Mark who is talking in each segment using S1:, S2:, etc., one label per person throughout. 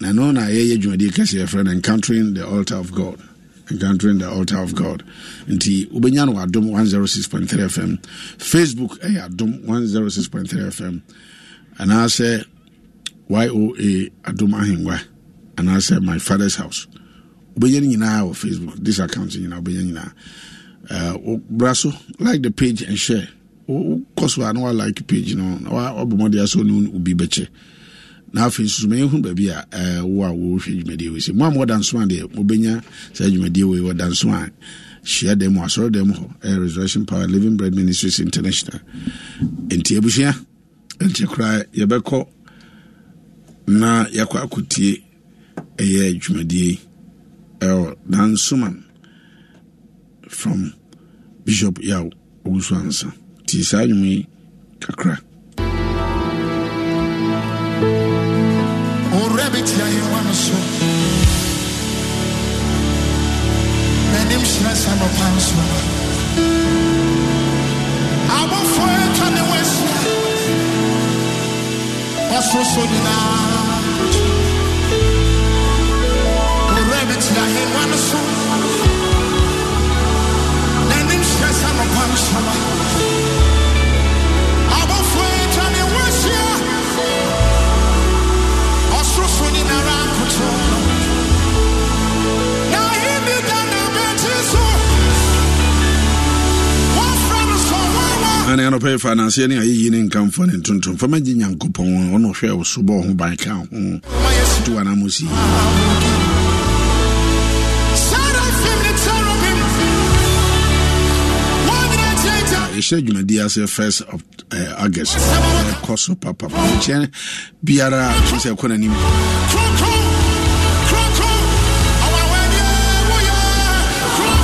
S1: na ɛno na yɛyɛ dwumadie kɛseɛ yɛfrɛ no encountering the altar of god encountering the altar of god nti wobɛnya no wɔ adom 106.3 fm facebook ɛyɛ adom 106.3 fm anaasɛ yoa adom ahengua anaasɛ my father's house wobɛyɛ no nyinaa wɔ facebook this account nyinaa wobɛyɛ nyinaa Eh, wo- bra so like the page and share Wo- wokɔ so a na walike page no na wa- wabɔ mmɔde asɛ ne wo- obi bɛkyɛ na afei nso mɛyɛ hu baabi a eh, wo a wɔhwɛ dwumadie wei sɛ mo a mɔda nso a deɛ mobɛnya saa dwumadie wei wɔda nso a hyia dɛm mu asɔre dɛm hɔ ɛyɛ Eh, resurrection power living bread ministries international enti abusua ɛnkyɛ koraa yɛbɛkɔ na yɛakɔ akɔtie ɛyɛ dwumadie yi ɛwɔ dansoman from bishop yao ɔgusu ansa nti saa nnwuma yi kakra
S2: Owurɛ bi tia yewa no so. M'anim hyerɛn sɛ anɔpa nso. Abɔfoɔ atwa ne ho ahyia. Ɔsoso nyinaa. Owurɛ bi tia yewa no so. N'anim hyerɛn sɛ anɔpa nso. Abɔfoɔ atwa ne ho ahyia. Ɔsorofo nyinara akoto no. Na ebi da na abɛgye so. Wɔfrɛ no Sɔnwawa.
S1: ane anɔpɛ yɛfa ananseɛ ne ayɛyi ne nkamfo ne ntontom fa magye nyankopɔn ɔne ɔhwɛ wo so bɔɔ ho ban ka ho
S2: Ma yɛsi
S1: tu anaa mɔsi
S2: Serafim ne Cherubim. Wɔn nyinaa gyinagyina
S1: yɛhyɛ dwumadi ase first of eh, august ɛkɔ so papapa kyɛ biara fi sɛ ɛkɔ n'anim
S2: kronkron. Kronkron. Ɔwɔ awɔ ani a woyɛ kron.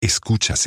S3: escuchas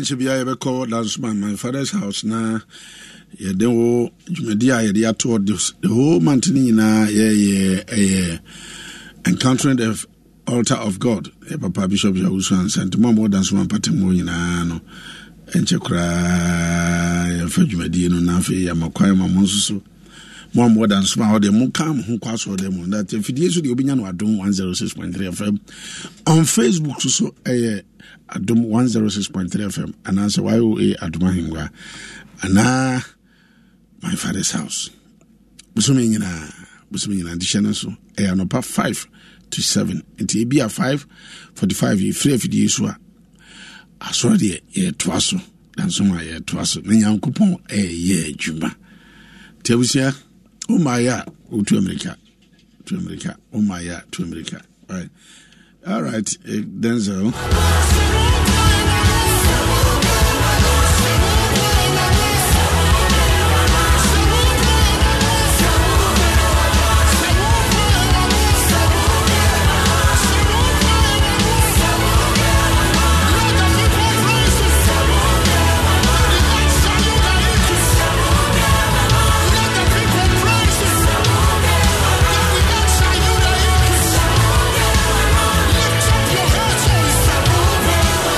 S1: nkyɛ biara yɛbɛkɔ that's my, my father's house na yɛde wo dwumadi a yɛde atoɔ the- the whole month no nyinaa yɛyɛ ɛyɛ encountering the f- altar of god yɛ papa bishop yawusu ansa nti mo a mowɔ danso mampata mu hɔ nyinaa no ɛnkyɛ koraa yɛmfa dwumadie no na afei yɛama kwan ma mo nso so mo a mowɔ danso ma ɔde mo ka mo ho kɔ asoɔ dɛ mu that afidie so deɛ wobɛnya no adom 106.3 fm on facebook so so ɛyɛ adom 106.3 fm anaasɛ yoa adom ahengua anaa my father's house bosome nyinaa bosome nyinaa dehyɛ no so ɛyɛ anɔpa 5 to 7 nti ebi a 5 45 yɛfiri afidie so a asɔre deɛ yɛtoa so dansom a yɛtoa so na nyankopɔn ɛyɛ adwuma nti abusua womaayɛ a wotu amerika tu amerika womaayɛ a tu amerika right. all right eh, denzel
S2: Lift up your hands and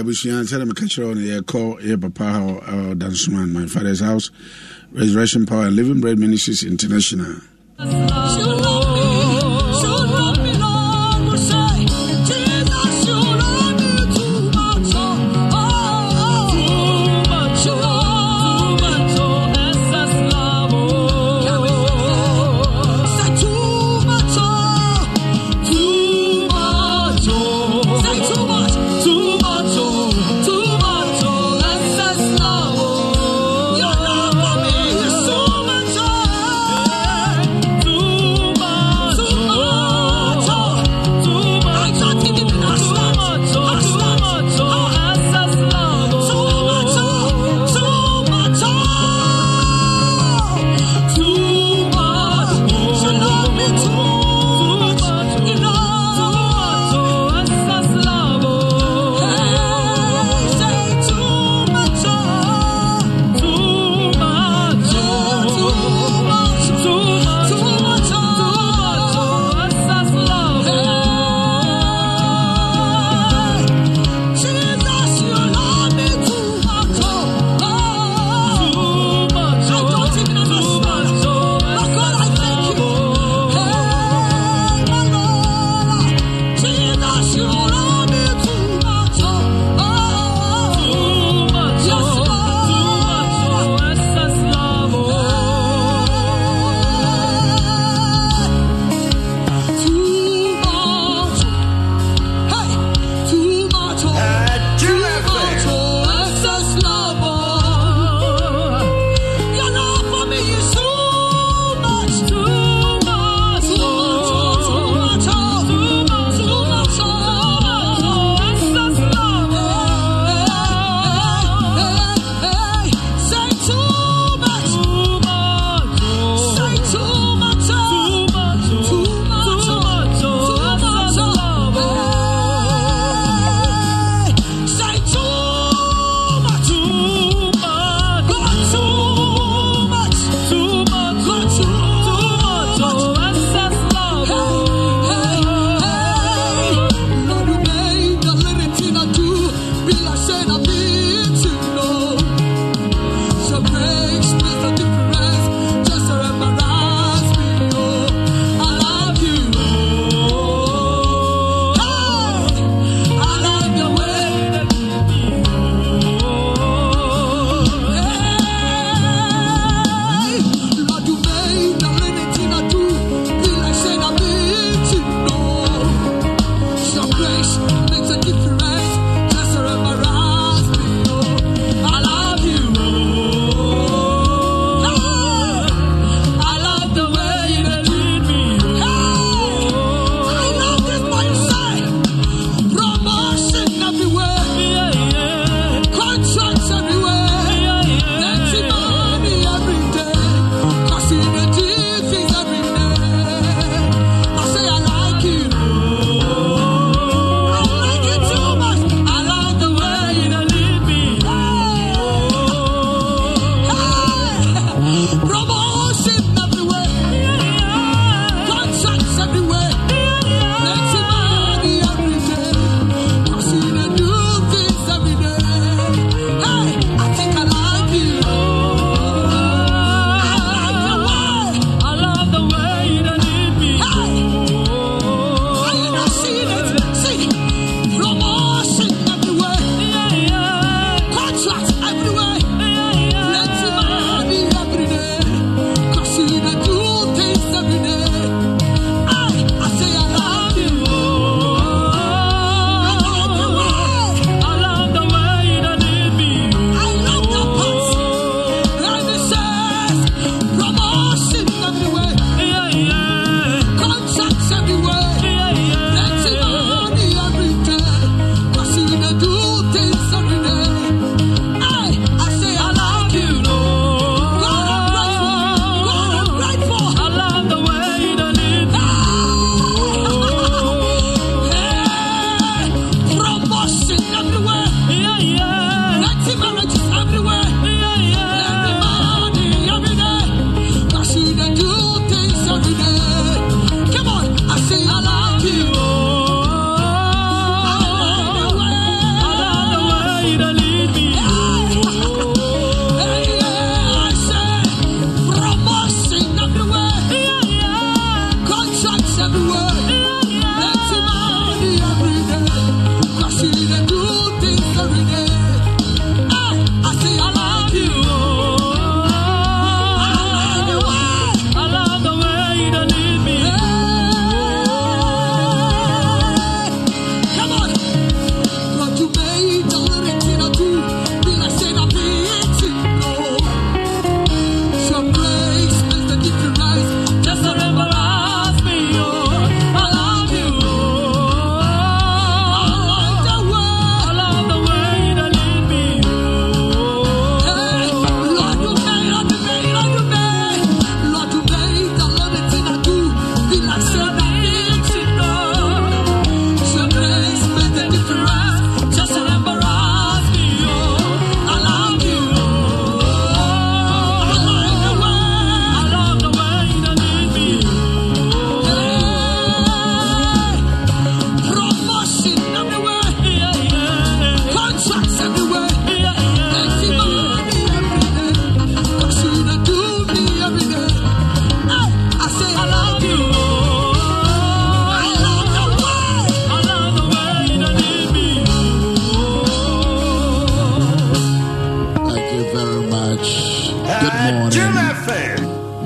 S1: abusua sɛde meka kyerɛ wo no yɛkɔ yɛ papa hɔ uh, dansoma and my father's house resurrection power and living bread ministries international
S4: Too much. Oh, Ah,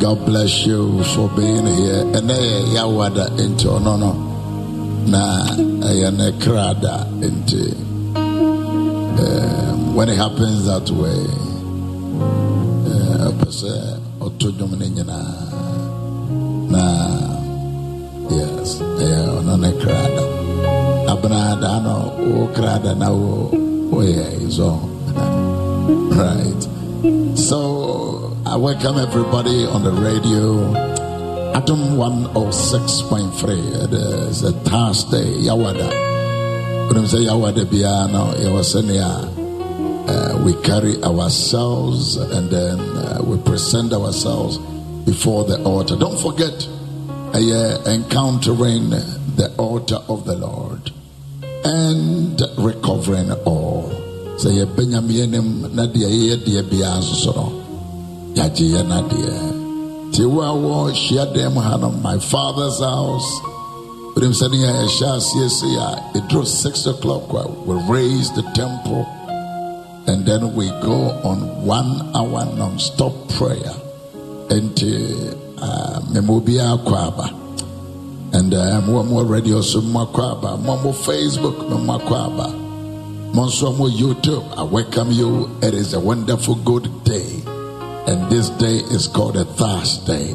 S5: God bless you for being here. And eh, yawada into no no. Na ayane krada into. Um, When it happens that way, eh, ɛpɛ sɛ ɔto dwom no nyinaa. na yes, ɛyɛ ɔno ne krada. Abena da no wo krada na wo woyɛ his own. right. So I welcome everybody on the radio. Atom 106.3. It is a Thursday. Yawada. When I say Yawada Biano, Yawasenia, uh, we carry ourselves and then uh, we present ourselves before the altar. Don't forget, uh, encountering the altar of the Lord and recovering all. Sɛ yɛbɛ nyame anim na deɛ yɛyɛ deɛ biara soso no, yɛagye yɛn adeɛ. Nti wo a wɔrehyia dan mu ha no, my father's house. Wonim sɛ ne yɛ- yɛhyɛ aseɛ sei a ɛduru six o'clock a we raise the temple and then we go on one hour non-stop prayer. Enti uh, mema obiara kɔ aba and uh, more more radio so more kwaba more more facebook more more kwaba more so more youtube i welcome you it is a wonderful good day and this day is called a thursday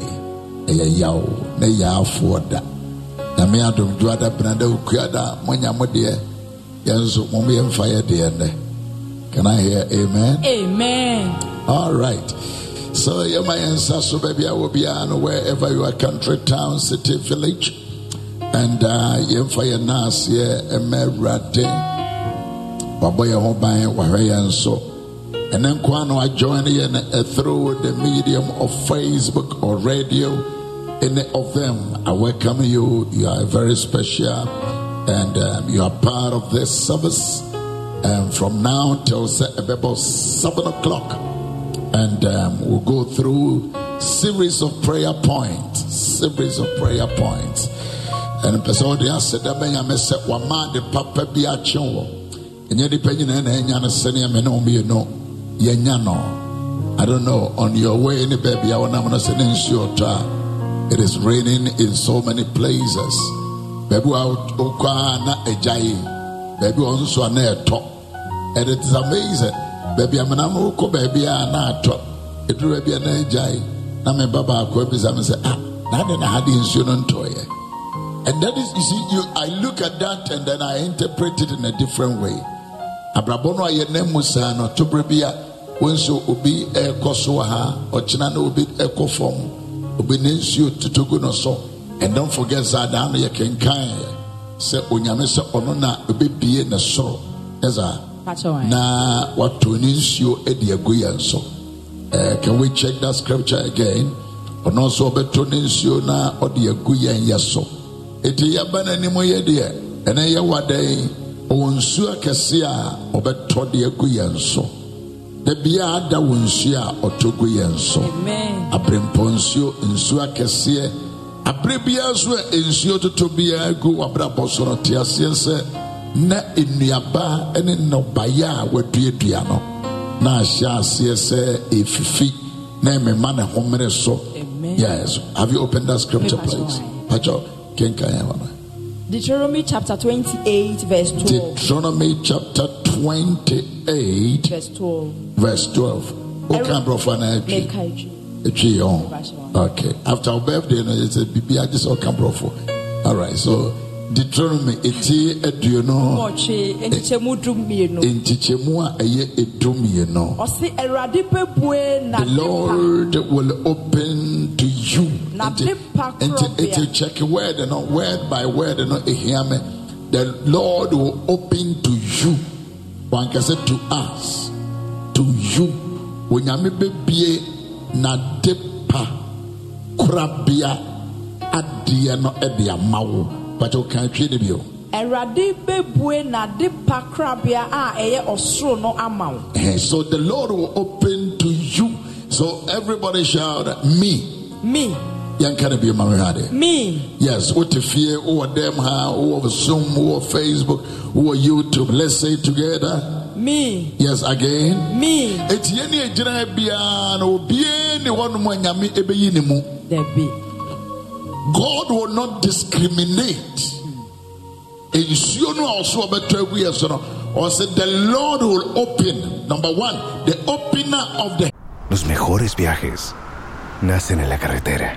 S5: ɛyɛ yaw na yaafoɔ da na me adomdwo ada bena da okua da monya mo deɛ yɛn nso mo mo yɛmfa yɛ deɛ nnɛ can i hear amen
S6: Amen.
S5: all right. So, Yama and Sasu Baby, I will be on wherever you are, country, town, city, village. And uh, Yemfaya Nas, yeah, Emerade, Baboya Hobai, Wahayan so. And then Kwano, I join you in, uh, through the medium of Facebook or radio. Any of them, I welcome you. You are very special and um, you are part of this service. And from now till se- about 7 o'clock, and um, we'll go through series of prayer points series of prayer points and pɛ sɛ wode asɛ da bɛnyame sɛ wama de papa bi akye wɔ ɛnyɛ nipa nyinaa na ɛnya no sɛnea me ne wo mmienu yɛnya no i don't know on your way ne baabi a wonam no sɛ ne nsuo tɔ a it is raining in so many places baabi a wokɔ a na agyae baabi a ɔ nso a na ɛtɔ and it is amazing. Baby, I'm an amoko baby, I'm not. It will be an agile. Now, my baba, I'm going say, ah, now then I had the insurance toy. And that is, you see, you, I look at that and then I interpret it in a different way. Abrabɔ no a yɛnam mu saa no toberɛ bi a wo nso obi ɛrekɔ so wɔ ha ɔkyena na obi ɛkɔ fam obi ne nsuo totogu no so and don't forget saa daa no yɛkenkan sɛ onyame sɛ ɔno na ɛbɛbie ne soro ɛsaa
S6: Pacho wine.
S5: na wato ne nsuo de agu yɛn so Eh, can we check that scripture again ɔno nso ɔbɛto ne nsuo na ɔde agu yɛn yɛ so enti yɛba n'anim yɛ deɛ ɛnɛ yɛwa dɛn ɔwɔ nsuo akɛse a ɔbɛtɔ de agu yɛn so da biara ada wɔ nsuo a ɔtɔ gu yɛn so
S6: Amen.
S5: abrempɔ nsuo nsuo akɛseɛ abere biara nso a nsuo toto biara gu wabrabɔ so no te aseɛ sɛ na nnuaba ne nnɔbaeɛ a wɔaduadua no na ahyɛ aseɛ sɛ ɛfifi na ɛmema ne homere so
S6: Amen.
S5: yes have you opened that scripture
S6: Me, Pastor
S5: please
S6: Wai.
S5: pacho kenkan yɛ wɔn
S6: Deuteronomy chapter 28, verse 12.
S5: deuteronomy chapter 28
S6: Verse 12.
S5: verse 12 woka borɔfo anaa
S6: Make
S5: atwi
S6: I dream.
S5: Etwi
S6: Bachelor.
S5: on. Okay. After our birthday, no, it's a BB. I just all come for. All right. So Deuteronomy eti edu no
S6: Mọ̀ọ́twe ẹnìkyẹ́mu dùn mìínú.
S5: ntichemua eye edum ye no.
S6: Ọ̀sẹ̀ Ẹ̀rọ̀adé pẹ̀bùẹ̀ nà
S5: The
S6: nípa.
S5: Lord will open to you.
S6: Na pepa
S5: Enti
S6: korobea.
S5: eti check word no word by word no hear me. The Lord will open to you. One can say to us, to you. Onyame bebie na depa korabea adeɛ no ɛde ama wo bàtɛ ɔkan twi de bi o
S6: Ẹ̀rọ̀adé pẹ̀bùẹ̀ nà nípa korabea a ẹ̀yẹ ọ̀soro no ama wò.
S5: Ɛhɛn. so the lord will open to you so everybody shout me
S6: Me,
S5: yɛn ka ne bi ma mi ha de.
S6: me,
S5: yes wote fie oh, wowɔ dɛm ha wowɔ zoom wowɔ facebook wowɔ youtube let's say together
S6: me
S5: yes again
S6: me
S5: eti yɛn ni egyina biara na obiara ni hɔnom a nyame ebeyi ne mu
S6: dabi
S5: god will not discriminate nsuo no a ɔso ɔbɛtɔ agu yɛ so no ɔsɛ the lord will open number one the opener of the
S3: Los mejores viajes nacen en la carretera,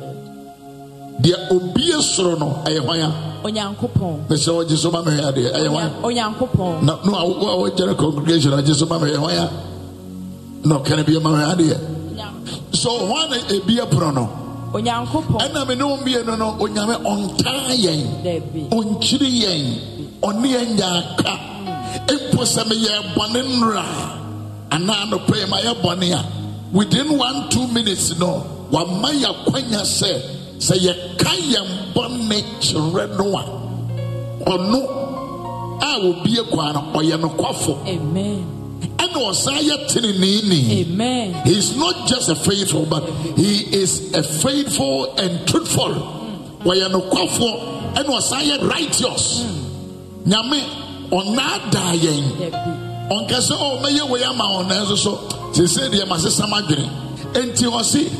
S6: lord
S5: deɛ obi esoro no ɛyɛ hwan a
S6: onyankopɔn
S5: mesɛ ɔgye oh, so ma mehwɛ adeɛ ɛyɛ hwan
S6: Onya- onyankopɔn
S5: na no awo a wɔgyere congregation agye so ma mehwɛ hwan a na ɔkane bi ma mehwɛ adeɛ
S6: Onyan-
S5: so hwan na ebi ɛpono no
S6: onyankopɔn
S5: ɛna me ne wo mmienu no onyame ɔntaa yɛn
S6: dabi
S5: ɔnkyiri yɛn ɔne yɛn
S6: Hmm.
S5: nyaaka mpo sɛ meyɛ bɔne nnora anaa nopɛ ma yɛ bɔne a within one two minutes no wama yɛakwanya sɛ sɛ yɛka yɛn bɔne kyerɛ no a ɔno a obie kwa no ɔyɛ nokwafo
S6: amen
S5: ɛna ɔsan yɛ teneneeni
S6: amen
S5: He is not just a faithful, but he is a faithful and truthful. Wɔyɛ nokwafoɔ ɛna ɔsan yɛ righteous. Nyame ɔnaadaa yɛn.
S6: dabi
S5: Ɔnka sɛ ɔ mɛyɛ wei ama wo nanso so seesei deɛ masesam adwene. Enti ɔse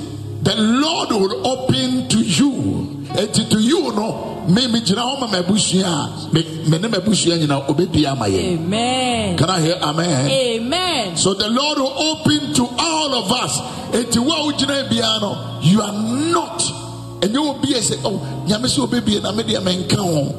S5: the Lord will open to you. Enti to you no me megyina hɔ ma m'abusua a me me ne m'abusua nyinaa obɛdua ama yɛn.
S6: amen
S5: Can I hear amen?
S6: amen
S5: So the Lord will open to all of us. Enti wo a wogyina biara no, you are not. And you will be a say, oh, nyame sɛ obɛbie na medeɛ menka ho.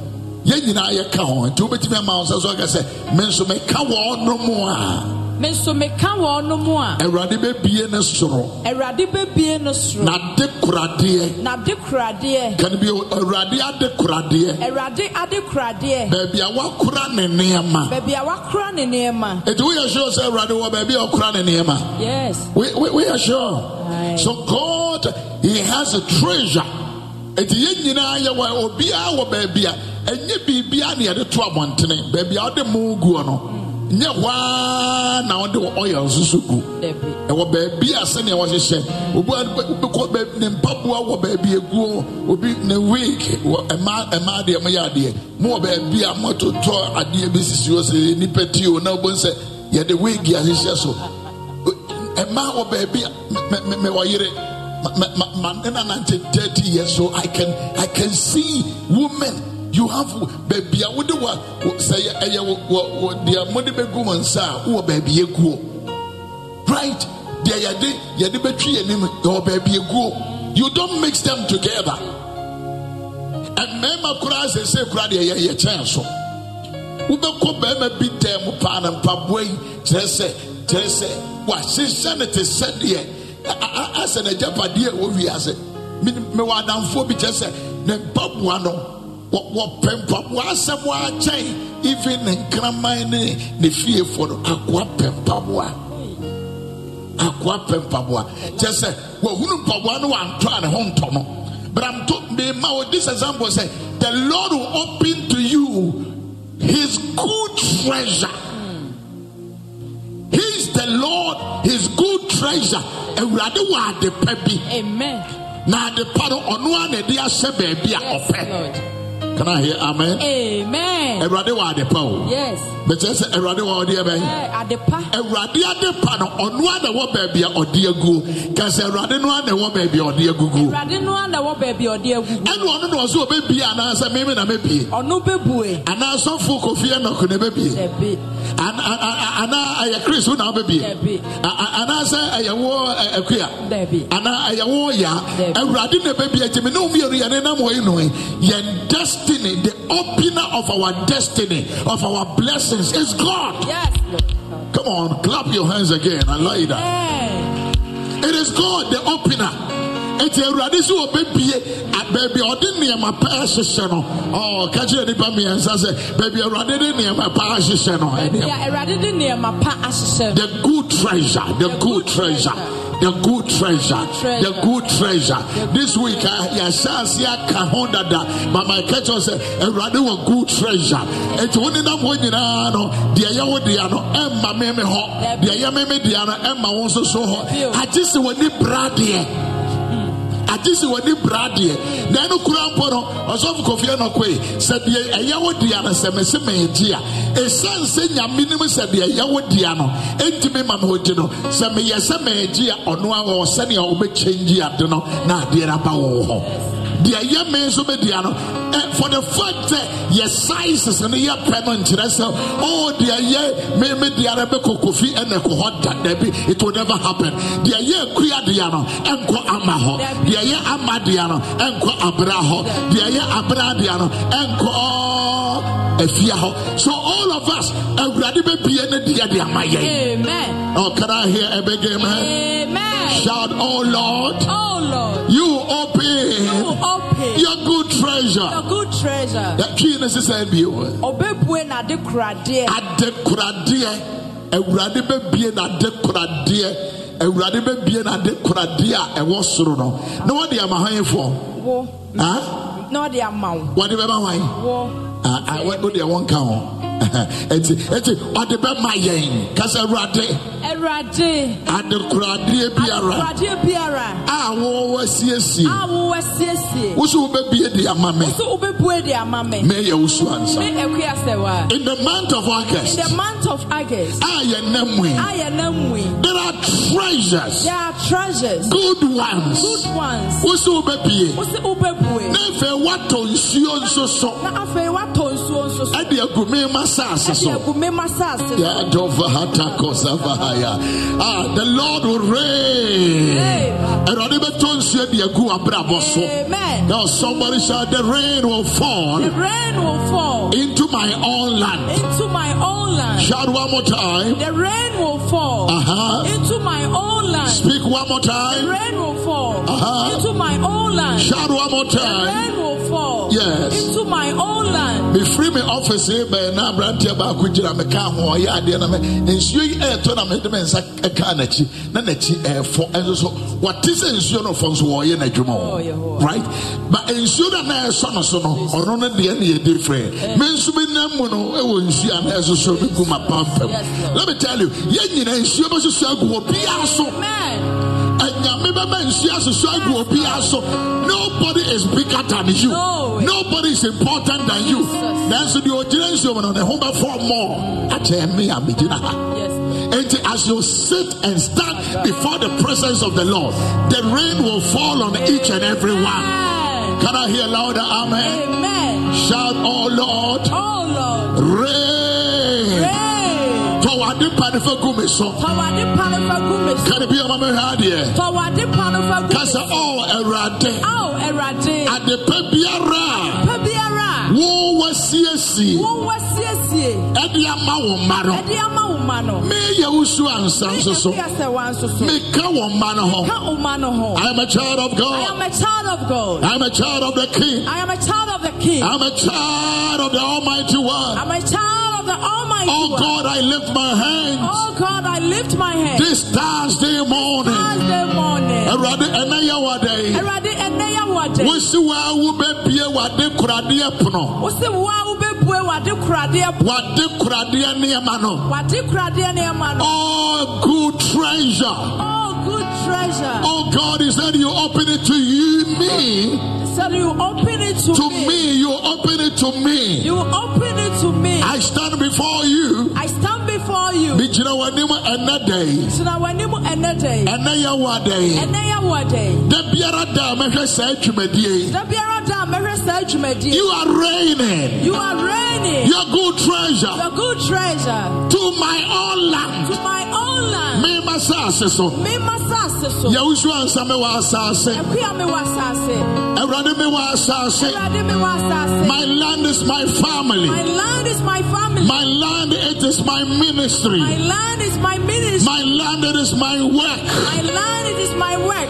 S5: Yɛn nyinaa yɛka ho. Enti wobɛtumi ama wo nsa so aka sɛ, me nso meka wɔn no mu a,
S6: me nso meka wɔn no mu a
S5: Awurade bɛbie ne soro.
S6: awurade bebie no soro
S5: N'adekoradeɛ.
S6: na de kuradeɛ
S5: Ka no bio, Awurade adekoradeɛ.
S6: awurade ade kuradeɛ
S5: Baabi a woakora ne nneɛma.
S6: baabi a wakora ne nneɛma
S5: Enti woyɛ sure sɛ Awurade wɔ baabi a ɔkora ne nneɛma.
S6: yes
S5: We, we, we are sure.
S6: Aye.
S5: So God, He has a treasure. Eti yɛn nyinaa yɛ wɔ obiara wɔ baabi a ɛnyɛ biribiara na yɛde to abɔntene baabi a ɔde mu guo no nyɛ hwaa na ɔde oil nsoso gu
S6: dabi
S5: ɛwɔ baabi a sɛnea wɔhyehyɛ obi a obi kɔ baabi ne mpaboa wɔ baabi eguo obi ne wig wɔ mmaa mmaa deɛ mo yɛ adeɛ mo wɔ baabi a mo totɔ adeɛ bi sisi hɔ sɛ nipa ti o na obo nsɛ yɛde wig ahyehyɛ so mmaa wɔ baabi a mɛ mɛ mɛ wɔ yere ma nena nante thirty years so i can i can see women you have baabi a wode wɔ sɛ ɛyɛ- ɛyɛ wɔ wɔ wɔ deɛ mo de bɛ gu mo nsa a wowɔ baabi eguo right deɛ yɛde yɛde bɛtwi yɛn nim ɛwɔ baabi eguo you don't mix them together mmarima koraa sese koraa deɛ yɛ yɛ kyɛn so wobɛkɔ barima bi dan mu paa na mpaboa yi kyerɛ sɛ kyerɛ sɛ wahyehyɛ ne te sɛ deɛ a- a- a- asɛ n'agyapadeɛ a ɛwɔ wiase Me- mewɔ adamfoɔ bi kyerɛ sɛ ne mpaboa no wɔ- wɔpɛ mpaboa asɛm akyɛn even ne nkraman ne ne fiefoɔ no akoa pɛ mpaboa akoa pɛ mpaboa kyɛ sɛ wahunu mpaboa no wantɔ a ne ho ntɔ no but I'm to, mema wo this example sɛ the lord will open to you his good treasure he's the lord his good treasure awurade wɔ adepa bi
S6: amen
S5: na adepa no ɔno a na ɛde ahyɛ baabi a
S6: yes
S5: ɔpɛ
S6: lord
S5: can i hear amen
S6: amen
S5: awurade wɔ adepa o
S6: yes
S5: bɛkyɛ sɛ awurade wɔ ɔdeɛ bɛn
S6: Ɛ, adepa
S5: awurade ade pa no ɔno a na ɛwɔ baabi a ɔde agu ka sɛ awurade no a na ɛwɔ baabi a ɔde agugu
S6: awurade no a na ɛwɔ baabi a ɔde agugu
S5: ɛne ɔno na ɔsɛ ɔbɛbie anaasɛ meme na mɛbie
S6: ɔno bebue
S5: anaa sɔfo kofi ɛnɔko na ɛbɛbie
S6: dabi
S5: An- a- a- a- anaa ɛyɛ kris wo na wobɛbie
S6: Dabi.
S5: A- a- anaasɛ ɛyɛ wo ɛ- akua
S6: dabi
S5: anaa ɛyɛ wo ya
S6: Dabi.
S5: awurade na ɛbɛbie agye me ne womienu yɛne nam hɔ yi noe yɛn destiny the opener of our destiny of our blessings is god
S6: yes lord
S5: come on clap your hands again i like that
S6: Amen.
S5: It is God, the opener. nti awurade sɛ wɔbɛbie a- baabi a ɔde nneɛma paa hyehyɛ no ɔɔ ka kyerɛ nnipa mmiɛnsa sɛ baabi a awurade de nneɛma paa hyehyɛ no
S6: Baabi
S5: ɛdeɛ
S6: a Awurade de nneɛma pa ahyehyɛ no.
S5: the good treasure, the good treasure, the good treasure, the good treasure. This week, Yashasia Kahonda, Mama Ketcho said, and rather a good treasure. It's one in that one, you know, the Ayawa Diano, Emma Meme Ho, the Ayameme Diano, Emma also so hot. I just want to brad agye si wɔn ni bradeɛ na ɛnu kura mpo no ɔsɔfo kofi ɛna kɔ yi sɛ deɛ ɛyɛ wo dea no sɛ mesi mɛn gye a esan se nyame nim sɛ deɛ ɛyɛ wo dea no entumi ma mɛ ogye no sɛ meyɛ sɛ mɛn gye a ɔno awɔ sɛnea ɔbɛkyɛn gye ade no na adeɛ no aba wɔ hɔ deɛ ɛyɛ mɛn nso bɛ dea no ɛ for the fact that yɛ sizes no yɛ pɛ no nkyerɛ sɛ oh deɛ ɛyɛ me me dea no bɛ kɔ kofi ɛna ɛkɔ hɔ da dɛbi it will never happen deɛ ɛyɛ kuya dea no ɛnkɔ ama hɔ deɛ ɛyɛ ama deɛ no ɛnkɔ abra hɔ deɛ ɛyɛ abra deɛ no ɛnkɔ afia hɔ so all of us awurade bɛbie ne deɛ de ama yɛn
S6: Amen.
S5: oh can i hear a big amen
S6: Amen.
S5: shout oh lord
S6: Oh Lord,
S5: you
S6: you
S5: open
S6: open
S5: your good treasure
S6: your good treasure.
S5: that key ne sisan bio
S6: Obebue na de kradeɛ.
S5: adekoradeɛ awurade bɛbie no adekoradeɛ awurade bɛbie no adekoradeɛ a ɛwɔ soro no na wɔde ama hanfoɔ
S6: Wo
S5: a
S6: na ɔde ama wo.
S5: wɔde bɛma hwan
S6: Wo
S5: Ah, ah, wo- wodeɛ wɔnka ho ɛti ɛti ɔde bɛma yɛn kasa awurade
S6: Awurade.
S5: adekoradeɛ biara
S6: Adekradeɛ biara
S5: a wɔwɔ siesie
S6: a wo wɔsiesie.
S5: woso wobɛbie de ama me
S6: So obebue de ama me. Me
S5: mɛyɛ wo so ansa
S6: ekua sɛwa.
S5: in the month of
S6: In
S5: august
S6: the month of August,
S5: a yɛnna mu yi
S6: I am namui.
S5: there are treasures
S6: There are treasures,
S5: good ones
S6: good ones.
S5: woso wobɛbie
S6: Wo se obebue.
S5: na afei woatɔ nsuo nso so
S6: Na afei watɔ nsuo nso so.
S5: ɛde agu mema saase
S6: Ɛde
S5: so
S6: agu mema saase so.
S5: Yadovahatakozavahaya. Ah, the lord will rain
S6: Amen.
S5: awurade bɛtɔ nsuo de agu abrabɔ so
S6: Amen.
S5: now somebody shout the rain will fall
S6: The rain will fall
S5: into my own land
S6: into my own land.
S5: shout one more time
S6: The rain will fall
S5: uh-huh.
S6: into my own land.
S5: speak one more
S6: The
S5: time
S6: rain will fall
S5: Uh-huh.
S6: into my own land.
S5: shout one more
S6: The
S5: time
S6: rain will fall
S5: Yes.
S6: into my own land.
S5: mefiri me office yi bɛn na aberanteɛ baako gyina me ka ho ɔyɛ adeɛ na me nsuo yi ɛɛtɔ na mede me nsa ɛka n'akyi na n'akyi ɛɛfɔ ɛnso so wɔte sɛ nsuo no fɔ nso wɔɔyɛ n'adwuma
S6: Ɔyɛ
S5: o
S6: hɔ.
S5: right but nsuo no a na ɛsɔ no so no ɔno no deɛ ne yɛde frɛ me nso bɛnam mu no ɛwɔ nsuo a na ɛsosɔ me gu ma
S6: Yes,
S5: pampam
S6: Lord.
S5: let me tell you yɛn nyinaa nsuo bɛsosɔ agu wɔ biara so
S6: Amen.
S5: Ẹ̀yàmí bẹ́ẹ̀ bẹ́ẹ̀ nsí asosọ agu obi aso. Nobody is bigger than you.
S6: No.
S5: Nobody is important than you.
S6: Jesus.
S5: Nanso deɛ ogyina nsuo mu no ne ho bɛfɔ mɔɔ akyɛ me a megyina ha.
S6: Yes. Oh
S5: Enti as you sit and stand before the presence of the Lord, the rain will fall on each and every one.
S6: Amen.
S5: Can I hear louder? Amen.
S6: Amen.
S5: Shout, oh Lord,
S6: Oh Lord.
S5: rain.
S6: Rain.
S5: Tɔwade panifa gu me so.
S6: Tɔwade panofa gu me so.
S5: Kane bi ɔma me hwɛ adeɛ.
S6: Tɔwade panofa gu me
S5: Kasa,
S6: so.
S5: oh Awurade.
S6: Ao Awurade.
S5: adepa biara a
S6: Pa biara a
S5: wowɔ siesie
S6: wo wɔsiesie
S5: ɛde ama wo mma no
S6: ɛde ama wo ma no.
S5: meyɛ wo so ansa
S6: Me
S5: nso so
S6: ekua sɛwa nso so.
S5: meka wɔ mma no hɔ
S6: Ka wo ma no ho.
S5: i am a child of
S6: I
S5: god
S6: am a child of God.
S5: i am a child of the king
S6: I am a child of the King.
S5: i am a child of the almighty one
S6: I'm a child of the Almighty.
S5: oh
S6: One.
S5: god i lift my hands
S6: Oh God, I lift my hand.
S5: this thursday morning
S6: Thursday morning.
S5: awurade ɛnɛ yɛ wada yi
S6: Awurade ɛnɛ yɛ wɔde.
S5: wosi wa wobɛbie wade koradeɛ pono
S6: Wosi wo a wobɛbue wade kuradeɛ
S5: wade koradeɛ nneɛma no
S6: wade kuradeɛ nneɛma no.
S5: oh good treasure
S6: Oh good treasure.
S5: Oh God, is that you open it to you, me?
S6: So you open it to,
S5: To me, you open it to me.
S6: You open it to me.
S5: I stand before you.
S6: I stand before you.
S5: Bijina wanima ɛnɛ da yi,
S6: So now when you ɛnɛ day.
S5: ɛnɛ yɛ wo ada yi.
S6: Ɛnɛ yɛ wɔde.
S5: Da biara da a mɛhwɛ saa dwumadie yi.
S6: Da biara da a mɛhwɛ saa dwumadie.
S5: You are raining
S6: You are raining.
S5: your good treasure
S6: The good treasure
S5: to my own land.
S6: to my own land.
S5: Me, mema saase so
S6: mema saase so
S5: yɛ wosu ansa mewɔ asaase
S6: ɛkoa mewɔ asaase
S5: awurade mewɔ asaase
S6: awurade mewɔ asaase
S5: my land is my
S6: my
S5: family
S6: land is my family
S5: my land it is my
S6: my
S5: ministry
S6: land is my ministry
S5: my land it is my work
S6: my land it is my work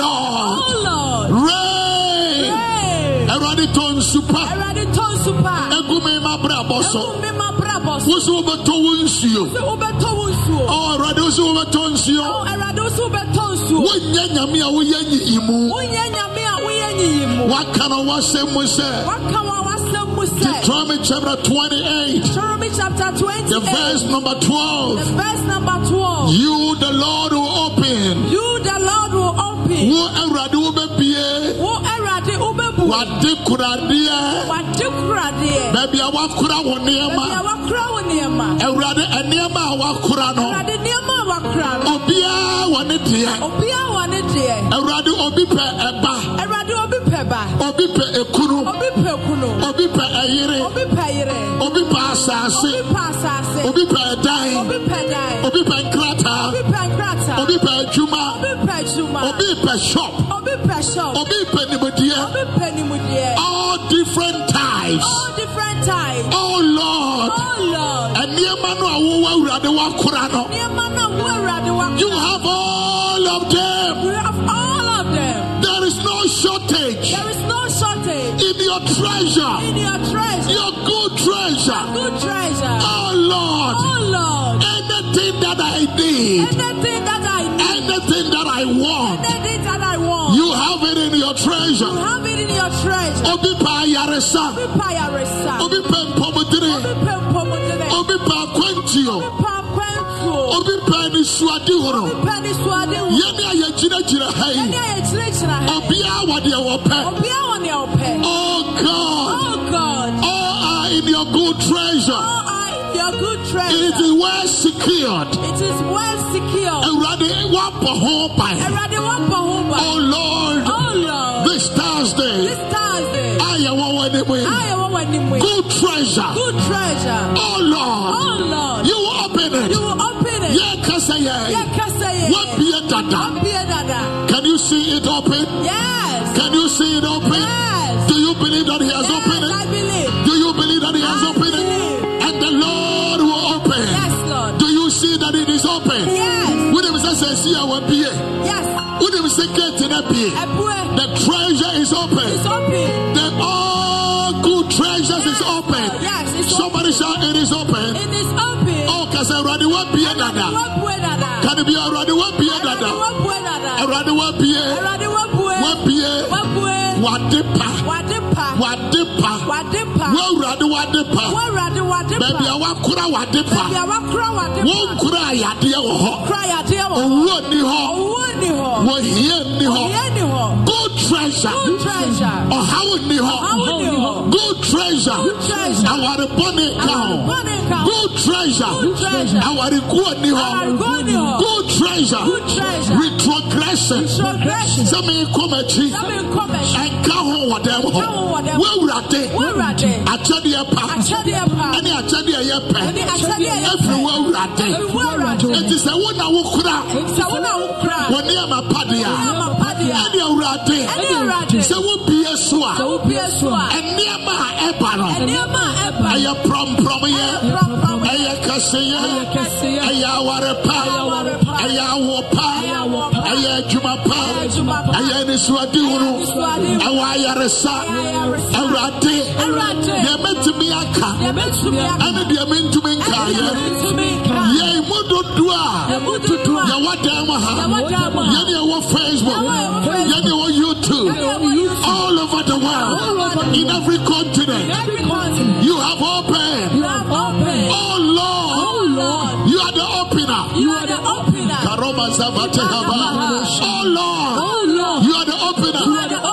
S5: oh
S6: oh
S5: lord
S6: lord
S5: rain
S6: Hey!
S5: awurade tɔ nsu pa
S6: awurade tɔ nsupa
S5: egu me ma brabɔ so
S6: ɛkum me ma brabɔ so
S5: wosi wobɛtɔ wo nsuo
S6: sɛ wobɛtɔ wo nsuo
S5: oh awurade wosi wobɛtɔ
S6: Oh,
S5: nsuo
S6: awurade wo so wobɛtɔ nsuo
S5: wonyɛ nyame a woyɛ nyiyi mu
S6: wonyɛ nyame a woyɛ nyiyi mu
S5: waka no wɔasɛm mu sɛ
S6: waka wa wasɛm mu sɛ
S5: Deuteronomy chapter 28
S6: Deuteronomy chapter 28
S5: The verse number
S6: the
S5: 12.
S6: verse number 12
S5: You, the Lord, will open.
S6: You the Lord will open.
S5: Wo Awurade wo bebie.
S6: Wo Erade ubebu.
S5: Wade kuradeɛ.
S6: Wadi kurade.
S5: Baabi a wakora wo
S6: Ebi
S5: nneɛma.
S6: awa kura wo nneema.
S5: Awurade nneɛma a wakora no.
S6: Erade nneema awa kura no.
S5: Obiara wɔ ne deɛ.
S6: Obi awa ne deɛ.
S5: Awurade obi pɛ ɛba.
S6: Erade obi pɛ ba.
S5: Obi pɛ ekunu.
S6: Obi pɛ kunu.
S5: Obi pɛ ɛyere.
S6: Obi pɛ yere.
S5: Obi pɛ
S6: Obi
S5: asase.
S6: pɛ asase.
S5: Obi pɛ ɛdan.
S6: Obi pɛ dan.
S5: Obi pɛ
S6: Obi
S5: nkrataa.
S6: pɛ nkrata.
S5: Obi pɛ adwuma.
S6: Obi pɛ juma.
S5: Obi pɛ shop.
S6: Obi pɛ shop.
S5: Obi pɛ nimdeɛ.
S6: Obi pɛ nimudeɛ.
S5: All different types.
S6: All different types.
S5: Oh Lord,
S6: Oh Lord.
S5: nneɛma no a wowɔ awurade wakora no,
S6: Nneema na wo Erade wa
S5: you have all of them.
S6: You have all of them.
S5: There is no shortage
S6: There is no shortage
S5: in your treasure,
S6: in your treasure.
S5: your good treasure.
S6: Good treasure.
S5: Oh
S6: Oh
S5: Lord,
S6: Lord.
S5: anything that I need,
S6: Anything that I need,
S5: anything that I want,
S6: anything that I want,
S5: you have it in your
S6: you
S5: treasure.
S6: have it in your treasure.
S5: Obi pa ayaresa,
S6: Obi pa yaresa.
S5: obi pa mpɔmudere,
S6: Obi pa mpomodere.
S5: obi pa akwantuo,
S6: Obi pa kwantuo.
S5: obi pa nisuadihoro.
S6: Obi pa nisuade wo.
S5: Yɛne a yɛgyinagyina ha yi,
S6: Ɛne a yɛkyerɛkyerɛ ha.
S5: obiara wɔ deɛ wɔpɛ.
S6: Obia wɔ nea ɔpɛ.
S5: Oh God,
S6: Oh God.
S5: all are in your good treasure.
S6: All are in your good
S5: It is
S6: treasure.
S5: well secured.
S6: It is well secured.
S5: Awurade, wapɔ ho ban.
S6: Awurade wɔbɔ ho
S5: Oh
S6: ba.
S5: Lord,
S6: Oh Lord.
S5: this
S6: This
S5: Thursday,
S6: Thursday.
S5: I am one with you.
S6: I am one with
S5: Good treasure.
S6: good treasure.
S5: Oh Lord,
S6: Oh Lord,
S5: you will open
S6: you
S5: it.
S6: will open it.
S5: Yeah, kasa yeah.
S6: Yɛkasa yɛ.
S5: What be a dada?
S6: Wapie dada.
S5: Can you see it open?
S6: Yes.
S5: Can you see it open?
S6: Yes.
S5: Do you believe that He has
S6: yes, I
S5: opened it?
S6: believe.
S5: Do you believe that He has
S6: I
S5: opened it?
S6: believe.
S5: And the Lord will open.
S6: Yes, Lord.
S5: Do you see that it is open?
S6: Yes.
S5: Would have said, see our PA.
S6: Yes.
S5: Would have said, get in a PA.
S6: Ebue
S5: The treasure is
S6: is
S5: open.
S6: open.
S5: The all good treasures is
S6: Yes,
S5: open.
S6: yes, it's
S5: Somebody shout, it is open.
S6: It is open.
S5: Oh, because already what PA
S6: Awurade
S5: dada.
S6: wapue dada.
S5: Can it be "Oh, already what PA
S6: Awurade
S5: dada?
S6: wapue dada.
S5: Already what PA?
S6: Awurade wapue.
S5: What PA?
S6: Wapue.
S5: What dipa?
S6: Wade pa.
S5: What dipa?
S6: Wade pa.
S5: What already what dipa?
S6: Wɔwurade wade
S5: Baby,
S6: pa.
S5: I want kura what
S6: Baabi
S5: dipa.
S6: a wakora wade
S5: Won't
S6: pa.
S5: cry, I dear. Oh,
S6: Kora yadeɛ wɔ hɔ.
S5: what ni ho?
S6: Owuo nni hɔ.
S5: What here ni ho?
S6: Yɛ nni hɔ.
S5: Good treasure.
S6: Good treasure.
S5: Ɔhaw nni hɔ.
S6: Ɔhaw nni hɔ.
S5: Good treasure.
S6: Good treasure.
S5: Awarebɔ ne nka ho.
S6: Awarebɔ ne nka ho.
S5: Good treasure.
S6: Good treasure.
S5: Awarekuo nni hɔ.
S6: Awarekuo nni hɔ.
S5: Good treasure.
S6: Good treasure.
S5: Retrogression.
S6: Retrogression.
S5: Sɛ menkɔ m'akyi.
S6: Sɛ menkɔ m'akyi.
S5: Ɛnka ho wɔ dɛm hɔ.
S6: Ɛnka ho wɔ dɛm hɔ.
S5: Woawurade.
S6: Woawurade.
S5: Akyɛdeɛ pa.
S6: Akyɛdeɛ pa.
S5: Ɛne akyɛdeɛ yɛ pɛ.
S6: Ɛne akyɛdeɛ yɛ pɛ.
S5: Ɛfiri woawurade.
S6: Ɛfiri woawurade.
S5: Enti sɛ wo na wokora
S6: Sɛ wo na wokura
S5: wɔ nneɛma pa deɛ a,
S6: nneɛma pa deɛ a,
S5: ɛne awurade.
S6: Ɛne Awurade.
S5: Sɛ wobie so a,
S6: sɛ wopie so a,
S5: nneɛma a ɛba no
S6: nneɛma a ɛba no,
S5: ɛyɛ prɔmprɔmyɛ
S6: prɔmprɔm,
S5: ɛyɛ
S6: ɛyɛ
S5: kɛseyɛ
S6: kɛseɛ,
S5: ɛyɛ aware pa
S6: Ɛyɛ aware pa.
S5: ɛyɛ awo pa
S6: Ɛyɛ awo pa.
S5: ɛyɛ adwuma pa
S6: Ɛyɛ adwuma pa.
S5: ɛyɛ nisuadihuru
S6: Ɛyɛ anisoadehunu.
S5: ɛwɔ ayaresa
S6: Ɛyɛ ayaresa.
S5: awurade
S6: Awurade.
S5: deɛ mɛtumi aka
S6: deɛ mɛtumi aka,
S5: ɛne deɛ mentumi
S6: ɛne deɛ
S5: nkaeɛ
S6: mentumi nka.
S5: yɛn mu dodoɔ a
S6: Ɛmu dodoɔ a,
S5: yɛwɔ dan mu ha
S6: yɛwɔ dan mu ha.
S5: yɛne yɛwɔ facebook
S6: Yɛwɔ yɛwɔ Facebook.
S5: yɛne yɛwɔ youtube
S6: Yɛne yɛwɔ YouTube.
S5: all over the
S6: All over
S5: world
S6: the
S5: in every continent
S6: every continent,
S5: You have opened.
S6: you have opened.
S5: Oh Lord,
S6: Oh Lord,
S5: you are the opener.
S6: you are the opener.
S5: Karoma Zavate Haba. Oh Lord,
S6: Oh Lord,
S5: you are the
S6: you are the
S5: opener.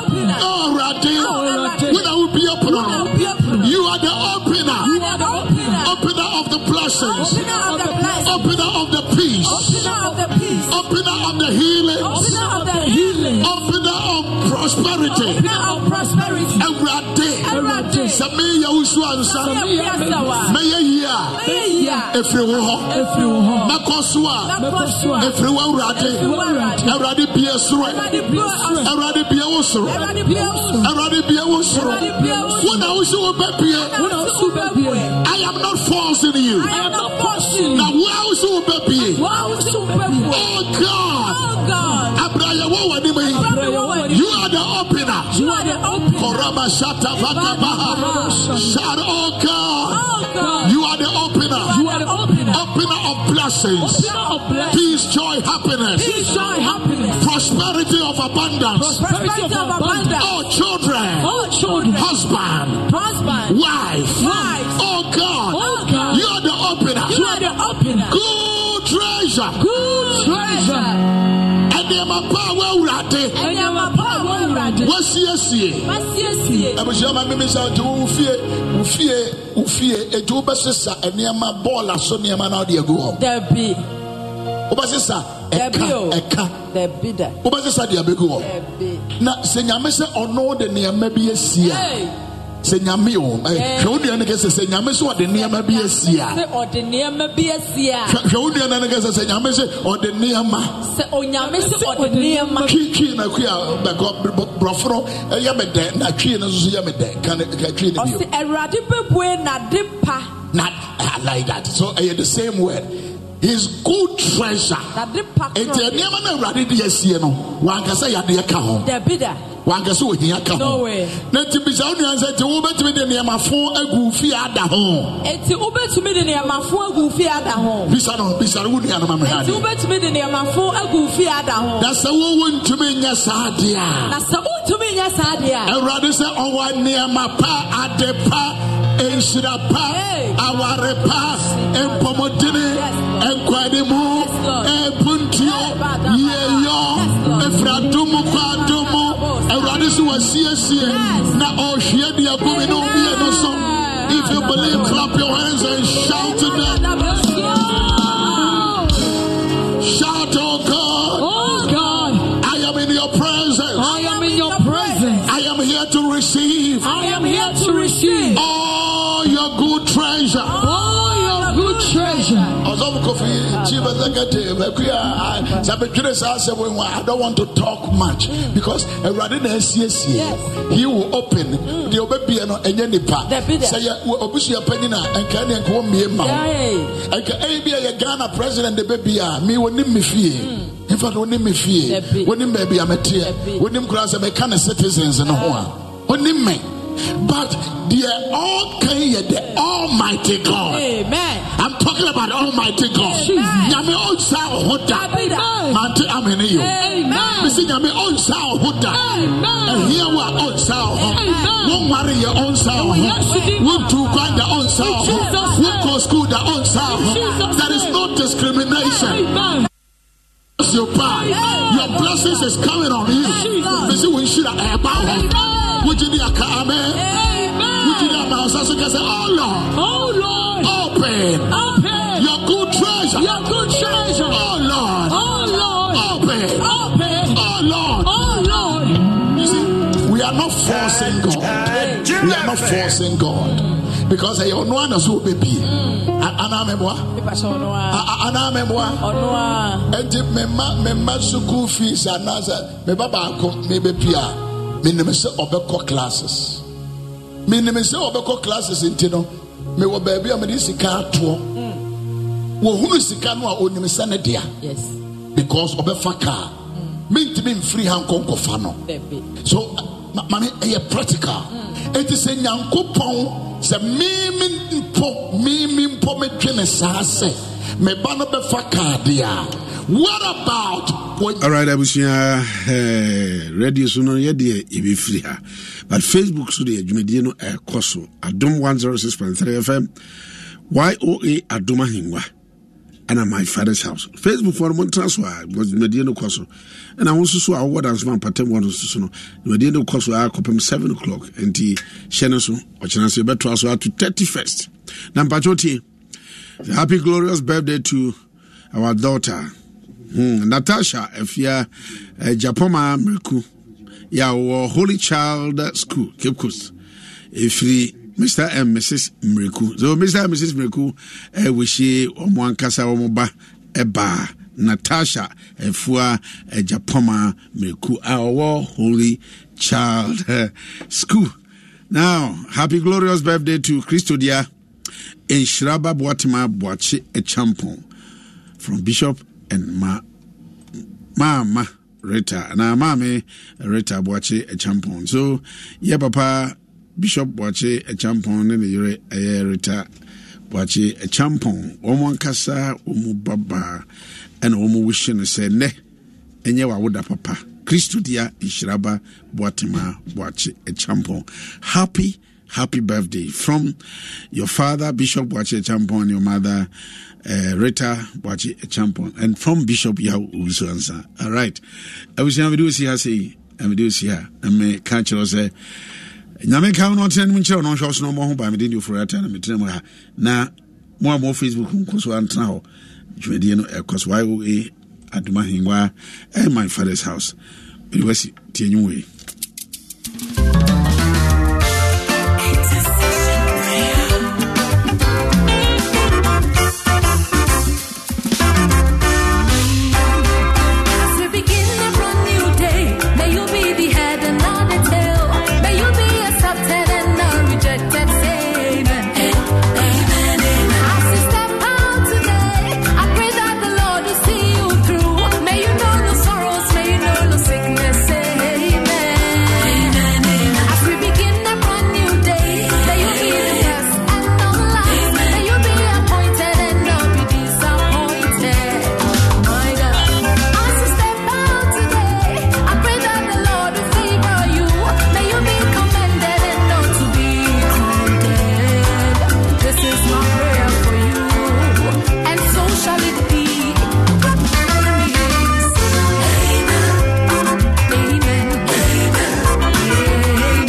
S6: opener.
S5: Oh
S6: Oh,
S5: Rade,
S6: Rade.
S5: when I will be
S6: Now
S5: opener.
S6: be opener.
S5: You are the opener.
S6: You are the opener.
S5: Opener of the blessings.
S6: Opener of the blessing.
S5: Opener of the peace.
S6: Opener of the peace.
S5: Opener of the healing.
S6: Opener of the healing.
S5: Opener of prosperity.
S6: Opener of prosperity.
S5: Rade.
S6: Awurade.
S5: Same Yahushua and
S6: Sɛ
S5: Son.
S6: woyɛ piasa wa,
S5: May you hear.
S6: woyɛ yie a
S5: efiri wo hɔ
S6: ɛfiri wo hɔ
S5: mɛkɔ so a
S6: mɛkɔ so a
S5: efiri wo awurade
S6: ɛfiri wo awurade
S5: awurade bie soro
S6: awurade bue ɔsoro
S5: awurade bie wo soro
S6: awurade bue ɔsoro
S5: awurade bie wo soro
S6: Awurade, bue wo soro.
S5: wo na wo si wo bɛ bie
S6: na ɔsi bɛbue
S5: i am not forcing you
S6: I am not forcing
S5: na
S6: you
S5: wo a wo si wo bɛ bie
S6: wɔn a wosi bɛbue
S5: oh god
S6: oh god
S5: abraya wo wɔ nimu
S6: Abraya wo wɔ
S5: yi
S6: anim.
S5: you are the opener
S6: you are the opener
S5: koraba shata vaka baha shout oh god
S6: oh god
S5: you are the opener
S6: you are the opener
S5: opener of blessings
S6: opener of blessings
S5: peace joy happiness
S6: peace joy happiness
S5: prosperity of abundance
S6: prosperity of abundance
S5: oh children
S6: all children
S5: husband
S6: husband
S5: wife
S6: Wife.
S5: oh god
S6: oh god
S5: you are the
S6: you
S5: opener
S6: are the opener
S5: good treasure
S6: good treasure
S5: ɛnneɛma pa a wɔawurade
S6: ɛnyɛma pa a wɔn awurade
S5: wɔasiesie
S6: wasiesie
S5: abusuama mimisa nti wo fie wo fie wo fie eti wobɛsesa nneɛma bɔɔla so nneɛma na ɔde agu hɔ
S6: dabi
S5: wobɛsesa
S6: dabi o
S5: ɛka ɛka
S6: dabi da
S5: wobɛsesa de abɛgu hɔ
S6: dabi
S5: na sɛ nyame sɛ ɔno de nneɛma bi asi a
S6: Hey,
S5: sɛ nyame o ɛɛ, hwɛ wo nua no kɛsɛ sɛ nyame sɛ ɔde nneɛma bi asi a
S6: sɛ ɔde nneɛma bi asi a
S5: hwɛ hwɛ wo nua no no kɛsɛ sɛ nyame sɛ ɔde nneɛma
S6: sɛ onyame sɛ ɔde nneɛma
S5: twi twi na kui a bɛkɔ br- borɔforo ɛyɛ eh, me dɛn na twi no nso so yɛ me dɛn ka ne- ka twi no bio
S6: ɔsɛ awurade bɛbue nade pa
S5: not uh, like that. So uh, the same word. His good treasure.
S6: nade pa
S5: Eti
S6: korɔ
S5: nneɛma na awurade de asie no wankasa yadeɛ ka ho
S6: dabi da
S5: wankasa ohia ka
S6: No
S5: ho
S6: way.
S5: na nti bisa wo nua sɛ nti wobɛtumi de nneɛmafo agu fie ada ho
S6: eti wobɛtumi de nneɛmafo agu fie ada ho
S5: bisa no bisa no wo nua no ma me ade
S6: eti wobɛtumi de nneɛmafo agu fie ada ho
S5: na sɛ wowo ntumi nyɛ saa adeɛ
S6: na
S5: a
S6: sɛ wotumi nyɛ saa deɛ a
S5: awurade sɛ ɔwɔ nneɛma pa ade pa nhyira
S6: Hey.
S5: pa aware pa mpɔmɔdene
S6: Yes, Lord.
S5: nkwanemu
S6: Yes, Lord.
S5: ɛbuntio yɛyɔ efiradumu kwadumu awurade so wasiesie na ɔhwie deɛ gumi no mmienu so if you believe clap your hands and shout to them shout oh god
S7: Oh God,
S5: i am in your presence
S7: I am in your presence.
S5: i am here to receive
S7: I am here to receive
S5: all your good treasure
S7: all your good treasure.
S5: Ọsọfún Kofi Chief Executive Ekuya Sabetwere saa asem yi ho a I don't want to talk much because Ewurade na esiesie. He will open. Deɛ obebie no enye nipa.
S6: Dabi da.
S5: Sɛ yɛ obusua panyin a nka ne nka wɔn mie ma wo.
S6: Yay.
S5: Nka eyi bi a yɛ Ghana president de bebi a mi wɔ nim mi fie. In fact wɔ nim mi fie.
S6: Dabi.
S5: Wɔ nim baabi a mɛ teɛ.
S6: Dabi.
S5: Wɔ nim koraa sɛ mɛ ka ne citizens no ho a. Wɔ nim mi. But deɛ ɔkan yɛ the almighty God.
S6: amen
S5: I'm talking about Almighty God.
S6: Amen.
S5: Nyame onsa
S6: Dabi
S5: ohoda.
S6: da.
S5: Mante amene yo.
S6: amen
S5: Misi nyame onsa ohoda.
S7: Amen.
S5: Ehia wa onsa oho.
S7: Amen.
S5: Won ware ye onsa oho.
S7: yes,
S5: Won tu kwanda onsa oho.
S7: Jesus'
S5: Won ko school da onsa oho.
S7: Jesus'
S5: There is no discrimination.
S7: Amen.
S5: Bless your pie. Your blessings is coming on you.
S7: Lord.
S5: Misi we shira eba ho. Wujidi aka amen. Wujidi ama osase kese. Oh Lord.
S7: Oh Lord,
S5: Open.
S7: open
S5: Your good treasure.
S7: your good treasure.
S5: Oh Lord.
S7: Oh Lord,
S5: Open.
S7: open.
S5: Oh Lord.
S7: Oh Lord.
S5: You see, we are not forcing God. We are not forcing God. Because I know one as who be be. Ana memwa.
S6: nipa sɛ ɔno a
S5: Ana memwa.
S6: ɔno a
S5: Enti me ma me ma school fees anasa me baba ko me be pia. Me nim se obekọ classes. Me nim se obekọ classes nti no. Me wo baabi a me di sika atoɔ. Wo hunu sika no a onim se ne dea
S6: yes
S5: because ɔbɛfa car. Me ntimi mfiri ha nkɔnkɔfa no.
S6: dabi
S5: so ma- maame ɛyɛ practical eti sɛ nyankopɔn sɛ mímí mpɔ mímí mpɔ medwe ne saa sɛ me ba no bɛfa kaade a what about wɔ
S1: alright abusua eh, radio so no yɛdeɛ yɛbɛfiri ha but facebook so deɛ adwumadie no ɛkɔ so adom 106.3 fm yoa adom ahengua ɛna my father's house facebook fɔ no montena so a because dwumadie no kɔ so ɛna wo nso so a wowɔ dansoma mpatam wɔ no nso so no dwumadie no kɔ so a kɔpem 7 o'clock nti hyɛ no so ɔkyena so yɛbɛtoa so ato 31st na mpakyɛ tie happy glorious birthday to our daughter Hmm, Natasha Efia uh, Japoma Mreku ya wɔ Holy Child School Cape Coast efiri Mr. and Mrs. Mreku. So Mr. and Mrs. Mreku, eh, we she omo ankasa omo ba eba Natasha efua eh, Japoma Mreku our holy child eh, school. Now, happy glorious birthday to Christo dear in Shraba Boatima Boachi Echampon e from Bishop and Ma Mama Rita na Mami Rita Boachi Echampon. e So, yeah, Papa Bishop Boachi Echampon ne e ne yere ɛyɛ Rita Boachi Echampon. Wɔn ankasa wɔn baba ɛna wɔn wish no sɛ nɛ ɛnyɛ wawoda papa. Kristo dia Nhyiraba Boatima Boachi Echampon. Happy happy birthday from your father Bishop Boachi Echampon and your mother uh, Rita Boachi Echampon and from Bishop Yao Usuansa. All right. I wish I would see her say I would see her. I may catch her say nyame ka no ɔtena nom nkyerɛ wo na ɔnhwɛ wo so na ɔmmɔ ho ba mede de ofori ata na metena mu ha na mo a mo wɔ facebook nkɔ so antena hɔ dwumadie no ɛkɔ so yoa adoma hengua ɛyɛ my father's house mede wasi tie nwum wei
S7: As we begin a brand new day, may you be the head and not the tail. May you be accepted and not rejected. Say amen. Amen. As you step out today, I pray that the Lord will see you through. May you know no sorrows, may you know no sickness. Say amen. As we begin a brand new day, may you be the best and not the last. May you be appointed and not be disappointed. My God. As you step out today, I pray that the Lord will favor you. May you be commended and not to be condemned. This is my prayer for you, and so shall it be. Amen. Amen.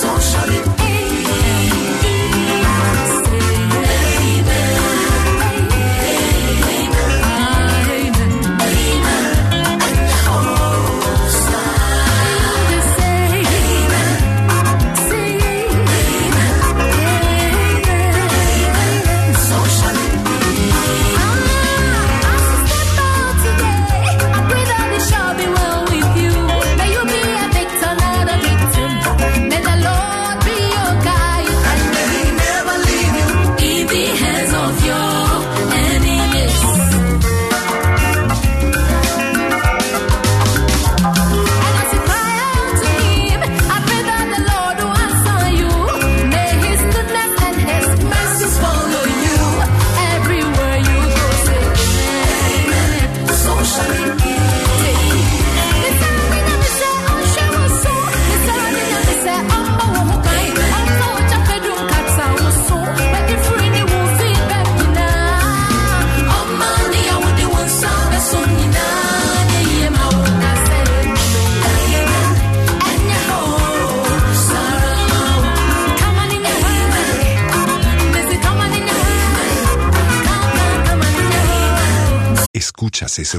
S7: So shall it be. Thank you
S3: ¿Escuchas ese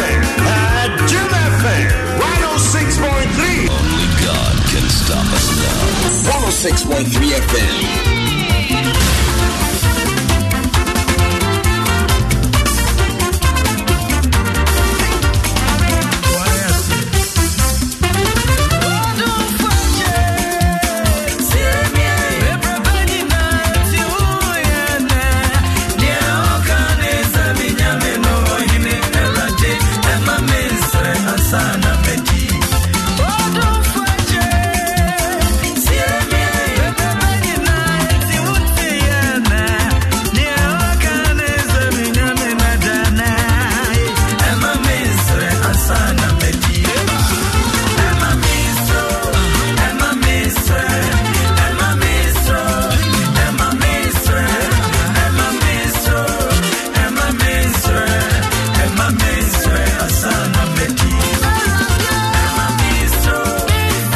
S2: Jim FM 106.3. Only God can stop us now. 106.3 FM. Sana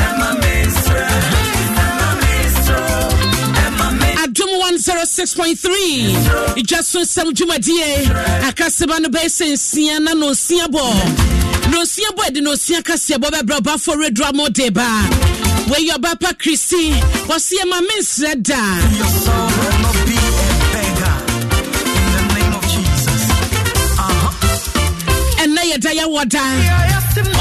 S4: oh 106.3 ɛdwa so nsɛm dwumadie akasɛba no bɛyɛ sɛ nsia na na osia bɔ na osia bɔ ɛde na osia kaseɛbɔ bɛbrɛ ɔbafo redura mo de baa wɔyi ɔba pa kristi wɔseɛ ma mensrɛ daa ɛnɛ yɛda yɛwɔ da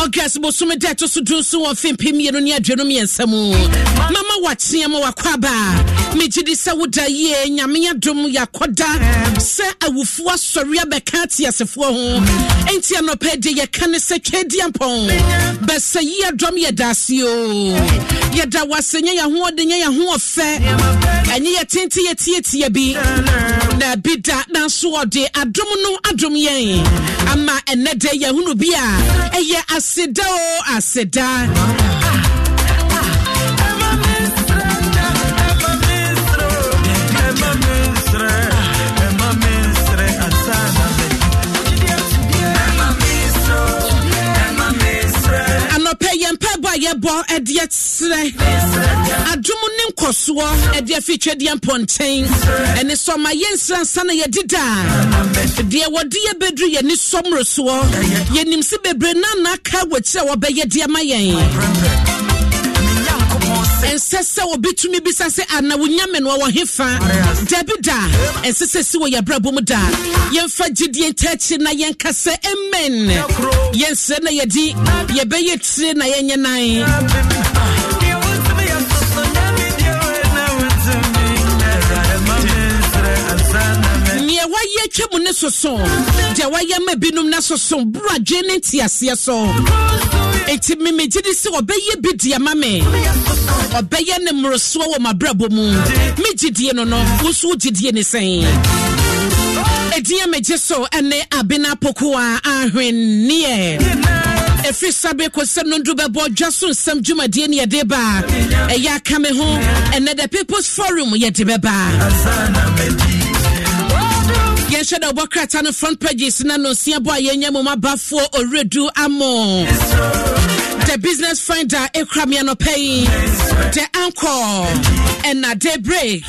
S4: august bosome da ɛto so du nso wɔ fe mpem mmienu ne aduonu mmiɛnsa mu mama wakyeɛ ma wakɔ aba a megye di sɛ woda yie nyame adom yɛakɔda sɛ awufoɔ asɔre abɛka ateasefoɔ ho enti anɔpɛ de yɛka ne sɛ twɛdi ampɔn bɛsɛ yi adɔm yɛda ase o yɛda wo ase nyɛ yɛhoɔden nyɛ yɛhoɔfɛ ɛnyɛ yɛtente yɛtiatia bi na bi da nanso ɔde adom no ah, adom yɛn ama ɛnɛ dɛ yɛhunu bi a ɛyɛ aseda o aseda anɔpɛ yɛn mpaebɔ a yɛbɔ ɛde serɛ adom ne nkɔsoɔ ɛde afi twɛdeɛ mpɔnten ɛne sɛ ɔma yɛnsra nsa na yɛdi daa deɛ wɔde yɛ bɛduru yɛne sɔmmorosoɔ yɛnim sɛ bebree na anaaka wɔkyirɛ a wɔbɛyɛ deɛ ma yɛn ɛnsɛ sɛ obɛtumi bisa sɛ ana wonyame no wɔwɔ he fa dabi da ɛnsɛ sɛ si wɔ yɛbrɛbɔ mu da yɛmfa gyidie ntaakyi na yɛnka sɛ amen yɛnsrɛ na yɛdi yɛbɛyɛ tire na yɛnyɛ nan nea wayɛ atwa mu ne soso deɛ wayɛ ma binom na soso boro adwe ne nteaseɛ so enti memegye di sɛ ɔbɛyɛ bi deɛ ma me ɔbɛyɛ ne mmorosoɔ wɔ m'abrabɔ mu me gyidie no no wo so wo gyidie ne sɛn ɛdin a megye so ɛne abena pokoa ahwenneɛ ɛfiri sabe kɔsɛm no ndu bɛbɔ dwa so nsɛm dwumadie ne yɛde baa ɛyɛ aka me ho ɛnɛ the peoples forum yɛde bɛbaa yɛnhyɛ da wobɔ krata no front pages na nonsia bɔ a yɛnyɛ mu mabafoɔ ɔwerɛdu amo the business finder ɛkura me anɔpɛ yi the ankor ɛna de break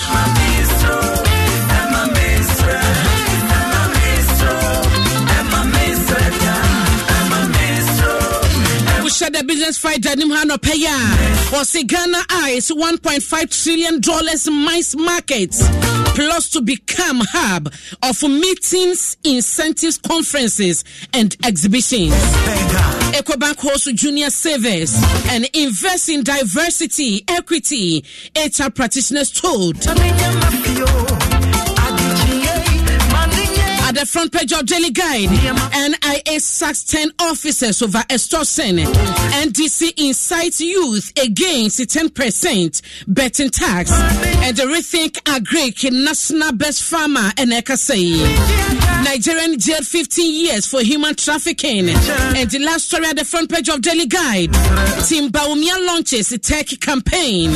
S4: wohyɛ the business fighter nim ha nɔpɛ yi a ɔse ghana a is 1.5 trillion dollars mice market plus to become hub of meetings incentives conferences and exhibitions Ecobank holds junior savers and invests in diversity, equity, HR practitioners told. At the front page of Daily Guide, NIA sacks 10 officers over extortion. NDC incites youth against 10% betting tax. And the rethink agric national best farmer and Ekasei. Nigerian jailed 15 years for human trafficking. And the last story at the front page of Daily Guide, Tim Baumia launches a tech campaign.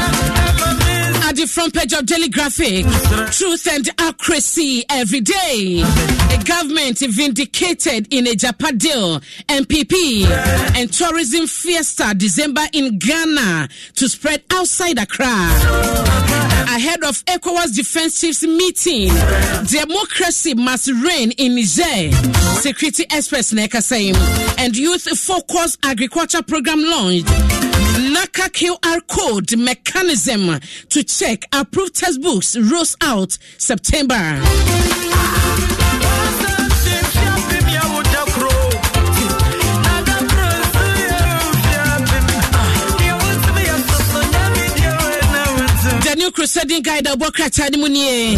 S4: at the front page of Daily Graphic. Truth and accuracy every day. A government vindicated in a Japan deal, MPP, and tourism fiesta December in Ghana to spread outside Accra. Ahead of ECOWAS defense chiefs meeting, democracy must reign in Niger. Security experts Neka saying, and youth focus agriculture program launched. NACA QR code mechanism to check approved textbooks rolls out September. The new crusading guide Abokrata Nimunie.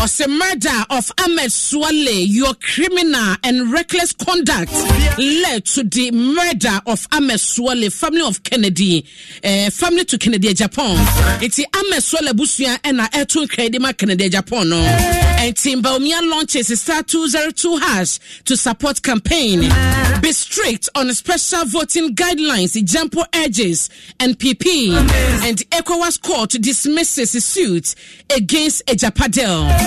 S4: Or the murder of Ahmed Swale, your criminal and reckless conduct led to the murder of Ahmed Swale, family of Kennedy, eh, family to Kennedy Japan. It's Ahmed Swale Busia and Etun Kredima Kennedy Japan. No? And Timbaumia launches a Star 202 hash to support campaign. Be strict on special voting guidelines, Jampo Edges, NPP, and ECOWAS court dismisses a suit against Ejapadel.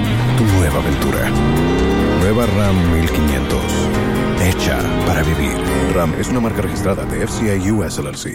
S3: tu nueva aventura. Nueva RAM 1500. Hecha para vivir. RAM es una marca registrada de FCI US LLC.